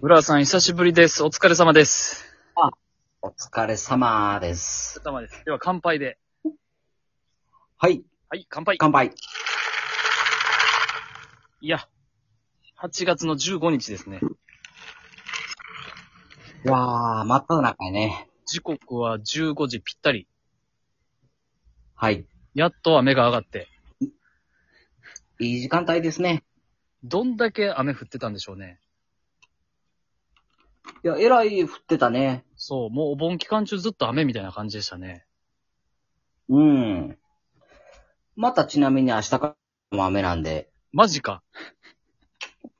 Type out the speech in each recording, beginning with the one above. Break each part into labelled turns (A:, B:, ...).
A: ブラーさん、久しぶりです。お疲れ様です。
B: お疲れ様で
A: お
B: す。
A: 疲れ様です。では、乾杯で。
B: はい、
A: はい、乾杯。
B: 乾杯。
A: いや、8月の15日ですね。
B: いやー、真っ只中やね。
A: 時刻は15時ぴったり。
B: はい。
A: やっと雨が上がって。
B: いい時間帯ですね。
A: どんだけ雨降ってたんでしょうね。
B: いや、えらい降ってたね。
A: そう、もうお盆期間中ずっと雨みたいな感じでしたね。
B: うん。またちなみに明日からも雨なんで、
A: マジか。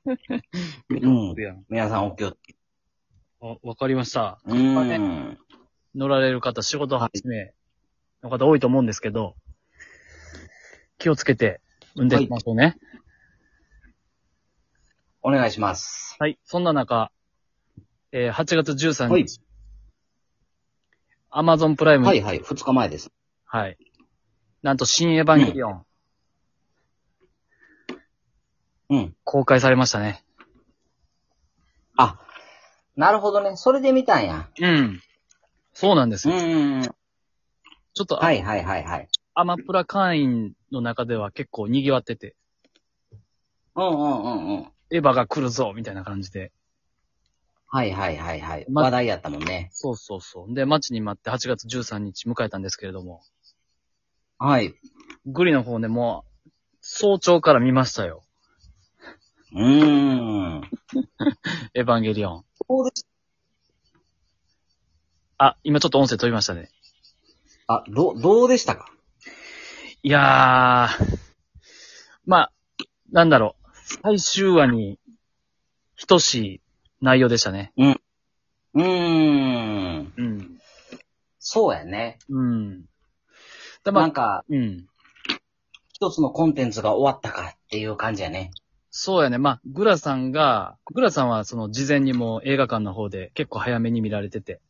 B: うん。
A: やん。
B: 皆さんお気をつけ
A: あ、わかりました。
B: うーん。
A: 乗られる方、仕事始めの方多いと思うんですけど、気をつけて運転しましょうね。
B: お願いします。
A: はい。そんな中、えー8月13
B: はい
A: 日、アマゾンプライム、
B: は
A: はい。
B: いはい、二日前です。
A: なんと、新エヴァンゲリオン、
B: うん。
A: 公開されましたね。
B: あ、なるほどね。それで見たんや。
A: うん。そうなんです
B: う
A: よ。
B: ん。
A: ちょっと、
B: はいはいはいはい。
A: アマプラ会員の中では結構賑わってて、
B: うんうんうんうん。
A: エヴァが来るぞみたいな感じで。
B: はいはいはいはい。
A: ま
B: 話題やったもんね。
A: そうそうそう。で、待ちに待って8月13日迎えたんですけれども、
B: はい。
A: グリの方でもう、早朝から見ましたよ。
B: うーん。
A: エヴァンゲリオン。
B: そうです。
A: あ、今ちょっと音声飛びましたね。
B: あ、ど、どうでしたか
A: いやー、まあ、なんだろう、最終話に等しい内容でしたね。
B: うーん。
A: うん。
B: そうやね。
A: うん。だま
B: なん
A: あ、
B: か、
A: うん。
B: 一つのコンテンツが終わったかっていう感じやね。
A: そうやね。まあ、グラさんが、グラさんはその事前にもう映画館の方で結構早めに見られてて。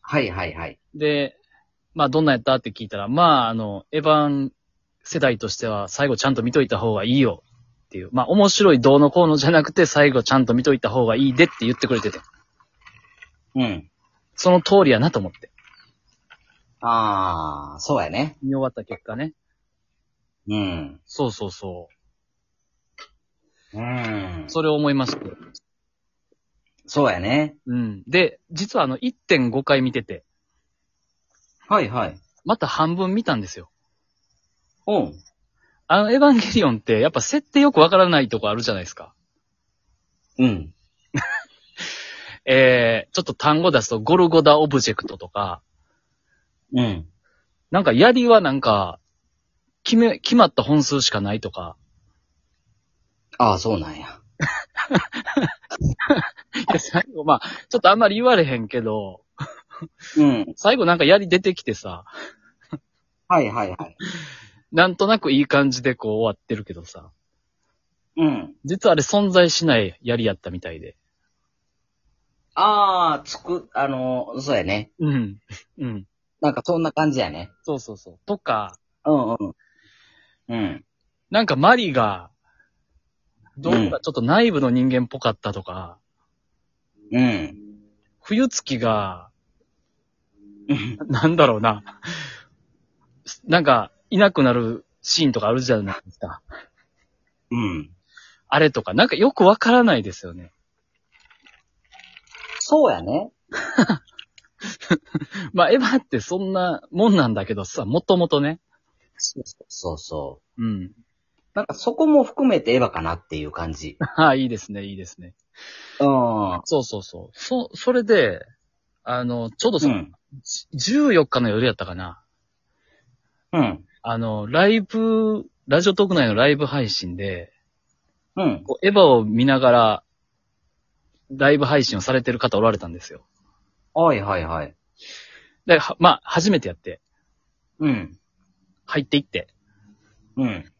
B: はいはいはい。
A: で、まあ、どんなんやったって聞いたら、まあ、あの、エヴァン世代としては最後ちゃんと見といた方がいいよっていう。まあ、面白いどうのこうのじゃなくて最後ちゃんと見といた方がいいでって言ってくれてて。
B: うん。
A: その通りやなと思って。
B: あー、そうやね。
A: 見終わった結果ね。
B: うん。
A: そうそうそう
B: ーん
A: う。。それを思いました。
B: そうやね。
A: うん。で、実はあの1.5回見てて、
B: はいはい。
A: また半分見たんですよ。
B: うん。
A: あの、エヴァンゲリオンってやっぱ設定よくわからないとこあるじゃないですか。
B: うん。
A: えー、ちょっと単語出すとゴルゴダオブジェクトとか、
B: うん。
A: なんか槍はなんか、決め、決まった本数しかないと か、
B: あー、そうなんや。
A: いや最後まあ、ちょっとあんまり言われへんけど、
B: うん。
A: 最後なんか槍出てきてさ、
B: はいはいはい。
A: なんとなくいい感じでこう終わってるけどさ、
B: うん。
A: 実はあれ存在しない槍やったみたいで。
B: あー、つく、あのー、そうやね。
A: うん。うん。
B: なんかそんな感じやね。
A: そうそうそう。とか、
B: うんうん。うん。
A: なんかマリが、どうかちょっと内部の人間っぽかったとか、
B: うん。
A: 冬月が、
B: うん
A: なんだろうな、なんかいなくなるシーンとかあるじゃないですか。
B: うん。
A: あれとか、なんかよくわからないですよね。
B: そうやね。
A: まあ、エヴァってそんなもんなんだけどさ、もともとね。
B: そうそうそうそう。
A: うん。
B: なんかそこも含めてエヴァかなっていう感じ。
A: ああ、いいですね、いいですね。
B: うん。う
A: そうそうそう。そ、それで、あの、ちょうどその、
B: ん。
A: 14日の夜やったかな。
B: うん。
A: あの、ライブ、ラジオトーク内のライブ配信で、
B: うん。
A: こうエヴァを見ながら、ライブ配信をされてる方おられたんですよ。
B: はいはいはい。
A: で、はまあ、初めてやって、
B: うん。
A: 入っていって、
B: うん。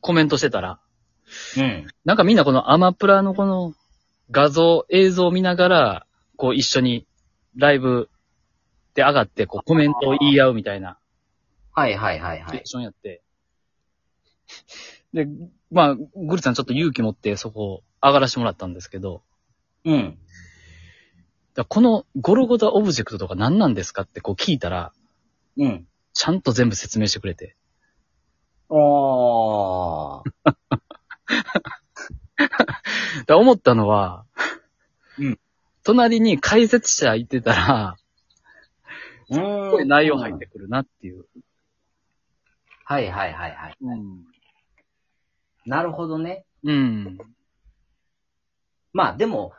A: コメントしてたら、
B: うん。
A: なんかみんなこのアマプラのこの画像、映像を見ながら、こう一緒にライブで上がって、こうコメントを言い合うみたいな
B: はいはいはいは
A: セ
B: い
A: ク。ションやって。で、まあ、グリちゃんちょっと勇気持ってそこ上がらせてもらったんですけど、
B: うん。
A: だからこのゴルゴダオブジェクトとか何なんですかってこう聞いたら、
B: うん。
A: ちゃんと全部説明してくれて。
B: ああ。
A: だから思ったのは、
B: うん。
A: 隣に解説者いてたら、
B: う
A: すご
B: ー
A: い
B: ん。
A: 内容入ってくるなっていう。
B: はいはいはいはい。
A: うん。
B: なるほどね。
A: うん。
B: まあでも、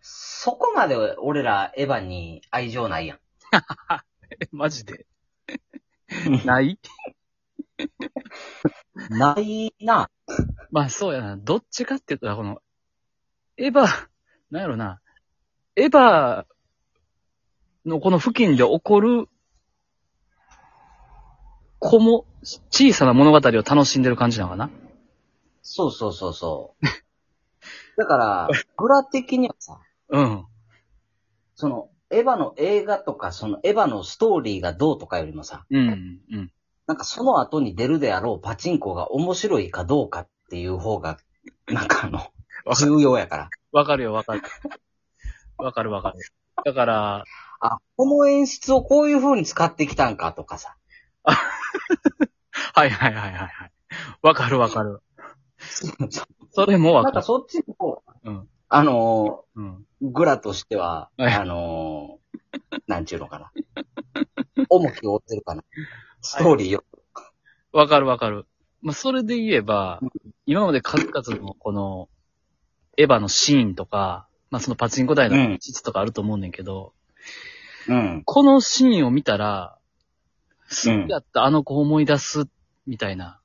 B: そこまで俺らエヴァに愛情ないやん。
A: え、マジで ない
B: ないな。
A: まあそうやな。どっちかって言ったら、この、エヴァ、なんやろな。エヴァのこの付近で起こる、こも、小さな物語を楽しんでる感じなのかな
B: そうそうそうそう。だから、グラ的にはさ、
A: うん。
B: その、エヴァの映画とか、そのエヴァのストーリーがどうとかよりもさ、
A: うん。うん。
B: なんかその後に出るであろうパチンコが面白いかどうかっていう方が、なんかあの、
A: わかる
B: 重要やから。
A: わかるよ、わかる。わかるわかる。だから、
B: あ、この演出をこういう風に使ってきたんかとかさ、
A: はいはいはいはいはい。わかるわかる。
B: そ
A: それも
B: う
A: わ
B: な
A: か
B: んか
A: る。
B: そっちの方、
A: うん
B: あの
A: うん。
B: ー、グラとしては、
A: はい
B: あのー、なんちゅうのかな。重きを負ってるかな。ストーリーを。
A: わかるわかる。まあ、それで言えば、今まで数々のこの、エヴァのシーンとか、まあ、そのパチンコ台の
B: うん
A: 地図とかあると思うねんけど、
B: うん。
A: このシーンを見たら、
B: う
A: 好
B: ん
A: きだったあの子を思い出す、みたいな、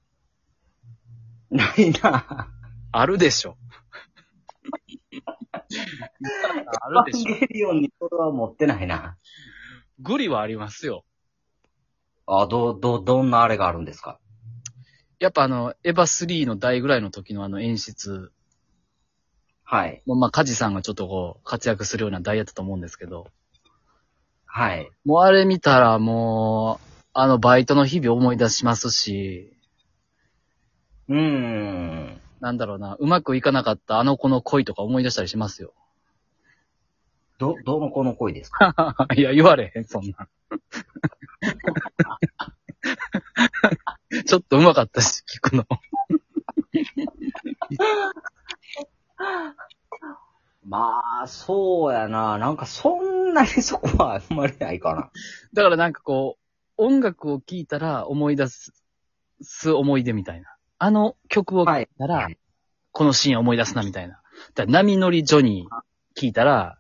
B: ないな。
A: あるでし ょ。あるでしょ。
B: エヴァンゲリオンにそれは持ってないな。
A: グリはありますよ。
B: あ、どう、どう、どんなあれがあるんですか
A: やっぱあの、エヴァ3の台ぐらいの時のあの演出、
B: はい。
A: もうまあ、カジさんがちょっとこう、活躍するような台やったと思うんですけど、
B: はい。
A: もうあれ見たらもう、あのバイトの日々思い出しますし、
B: うーん。
A: なんだろうな、うまくいかなかったあの子の恋とか思い出したりしますよ。
B: ど、どの子の恋ですか
A: いや、言われへん、そんな。 ちょっとうまかったし、聞くの。
B: まあ、そうやな。なんかそんなにそこはあんまりないかな。
A: だからなんかこう、音楽を聴いたら思い出す、す思い出みたいな。あの曲を聴い
B: い。
A: たら、このシーンを思い出すな、みたいな。だから波乗りジョニー聞いたら、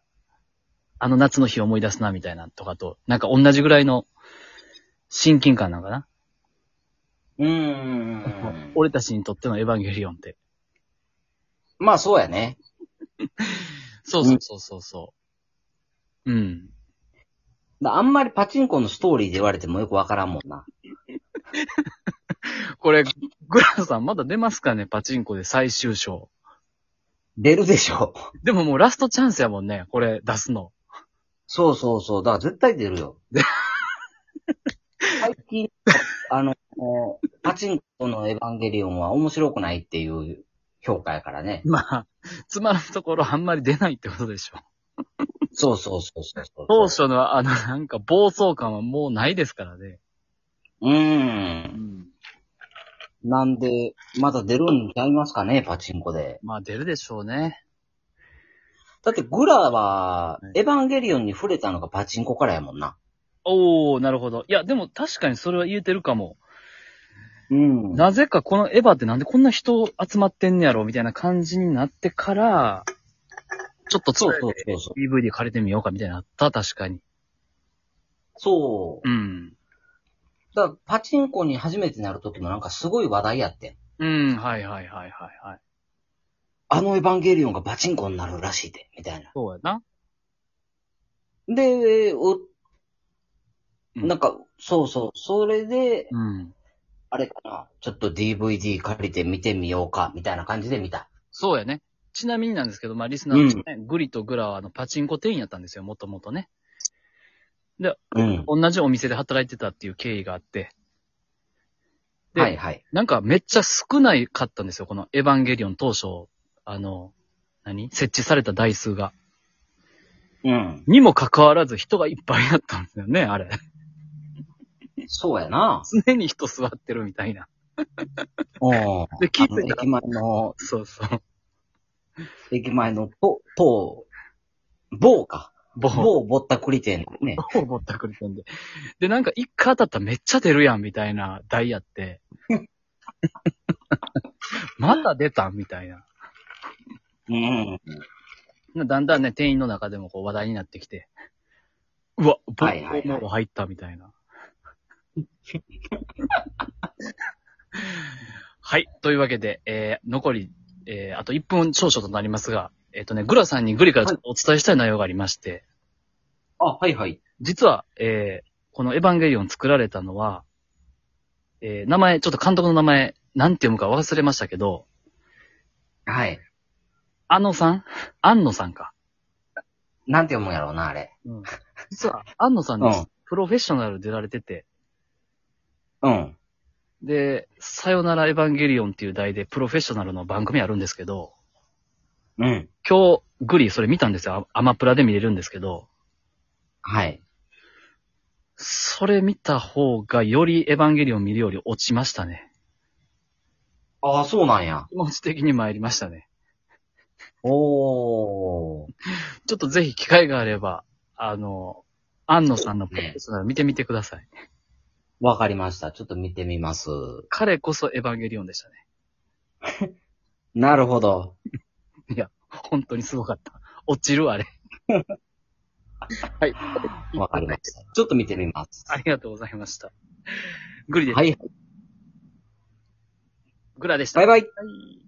A: あの夏の日を思い出すな、みたいなとかと、なんか同じぐらいの親近感なのかな、
B: うーん。
A: 俺たちにとってのエヴァンゲリオンって。
B: まあ、そうやね。
A: そうそうそうそうそう。うん。
B: だあんまりパチンコのストーリーで言われてもよくわからんもんな。
A: これ、グラさんまだ出ますかねパチンコで最終章。
B: 出るでしょ。
A: でももうラストチャンスやもんね、これ出すの。
B: そうそうそう。だから絶対出るよ。最近、あの、パチンコのエヴァンゲリオンは面白くないっていう評価やからね。
A: まあ、つまらんところあんまり出ないってことでしょ。
B: そうそうそうそうそう。
A: 当初のあのなんか暴走感はもうないですからね。
B: うーん。なんで、まだ出るんちゃいますかね、パチンコで。
A: まあ出るでしょうね。
B: だってグラ
A: は
B: は
A: い、
B: エヴァンゲリオンに触れたのがパチンコからやもんな。
A: おー、なるほど。いや、でも確かにそれは言えてるかも。
B: うん
A: なぜかこのエヴァってなんでこんな人集まってんねやろみたいな感じになってから、ちょっと
B: そ
A: そうう
B: そ
A: そうう
B: そうそう。
A: DVD 借りてみようかみたいになった、確かに。
B: そう
A: う。ん。
B: だからパチンコに初めてなる時もなんかすごい話題やってん。
A: うん、はいはいはいはいはい。
B: あのエヴァンゲリオンがパチンコになるらしいで、みたいな。
A: そうやな。
B: で、お、
A: うん
B: なんか、そうそう、それで、
A: うん。
B: あれかな、ちょっと DVD 借りて見てみようか、みたいな感じで見た。
A: そうやね。ちなみになんですけど、まあリスナーの人ね、グリとグラはあのパチンコ店員やったんですよ、もともとね。
B: うん。
A: 同じお店で働いてたっていう経緯があって。で
B: はいはい。
A: なんかめっちゃ少ないかったんですよ、このエヴァンゲリオン当初、あの、何設置された台数が。
B: うん。
A: にもかかわらず人がいっぱいだったんですよね、あれ。
B: そうやな。
A: 常に人座ってるみたいな。
B: おお。
A: で、気
B: あ
A: づ
B: の
A: いたら
B: 駅、前の、
A: そうそう。
B: 駅前の、ぽ、ぽ、某か。
A: ボー
B: 某ぼったくり店ね。
A: ボーぼったくりてんで。で、なんか一回当たったらめっちゃ出るやん、みたいな台や って。また出たみたいな。
B: うん。
A: だんだんね、店員の中でもこう話題になってきて。うわ、ボ
B: はいはいはい
A: ーボー入ったみたいな。はい。というわけで、えー、残り、えー、あと1分少々となりますが、えっ、とね、グラさんにグリからちょっとお伝えしたい内容がありまして、
B: あ、はいはい。
A: 実は、えー、このエヴァンゲリオン作られたのは、えー、名前、ちょっと監督の名前、なんて読むか忘れましたけど、
B: はい。
A: あのさん安野さんか。
B: なんて読むんやろうな、あれ。
A: 実は、安野さん
B: う
A: ね
B: ん、。
A: プロフェッショナル出られてて、
B: うん。
A: で、さよならエヴァンゲリオンっていう題でプロフェッショナルの番組あるんですけど、
B: うん。
A: 今日、グリそれ見たんですよ。アアマプラで見れるんですけど、
B: はい。
A: それ見た方がよりエヴァンゲリオン見るより落ちましたね。
B: ああ、そうなんや。
A: 気持ち的に参りましたね。
B: おー。
A: ちょっとぜひ機会があれば、あの、安野さんのプロフェッショナル見てみてください。
B: わかりました。ちょっと見てみます。
A: 彼こそエヴァンゲリオンでしたね。
B: なるほど。
A: 本当にすごかった。落ちるあれ。はい。
B: わかりました。ちょっと見てみます。
A: ありがとうございました。グリです。
B: はい。
A: グラでした。
B: バイバイ。
A: はい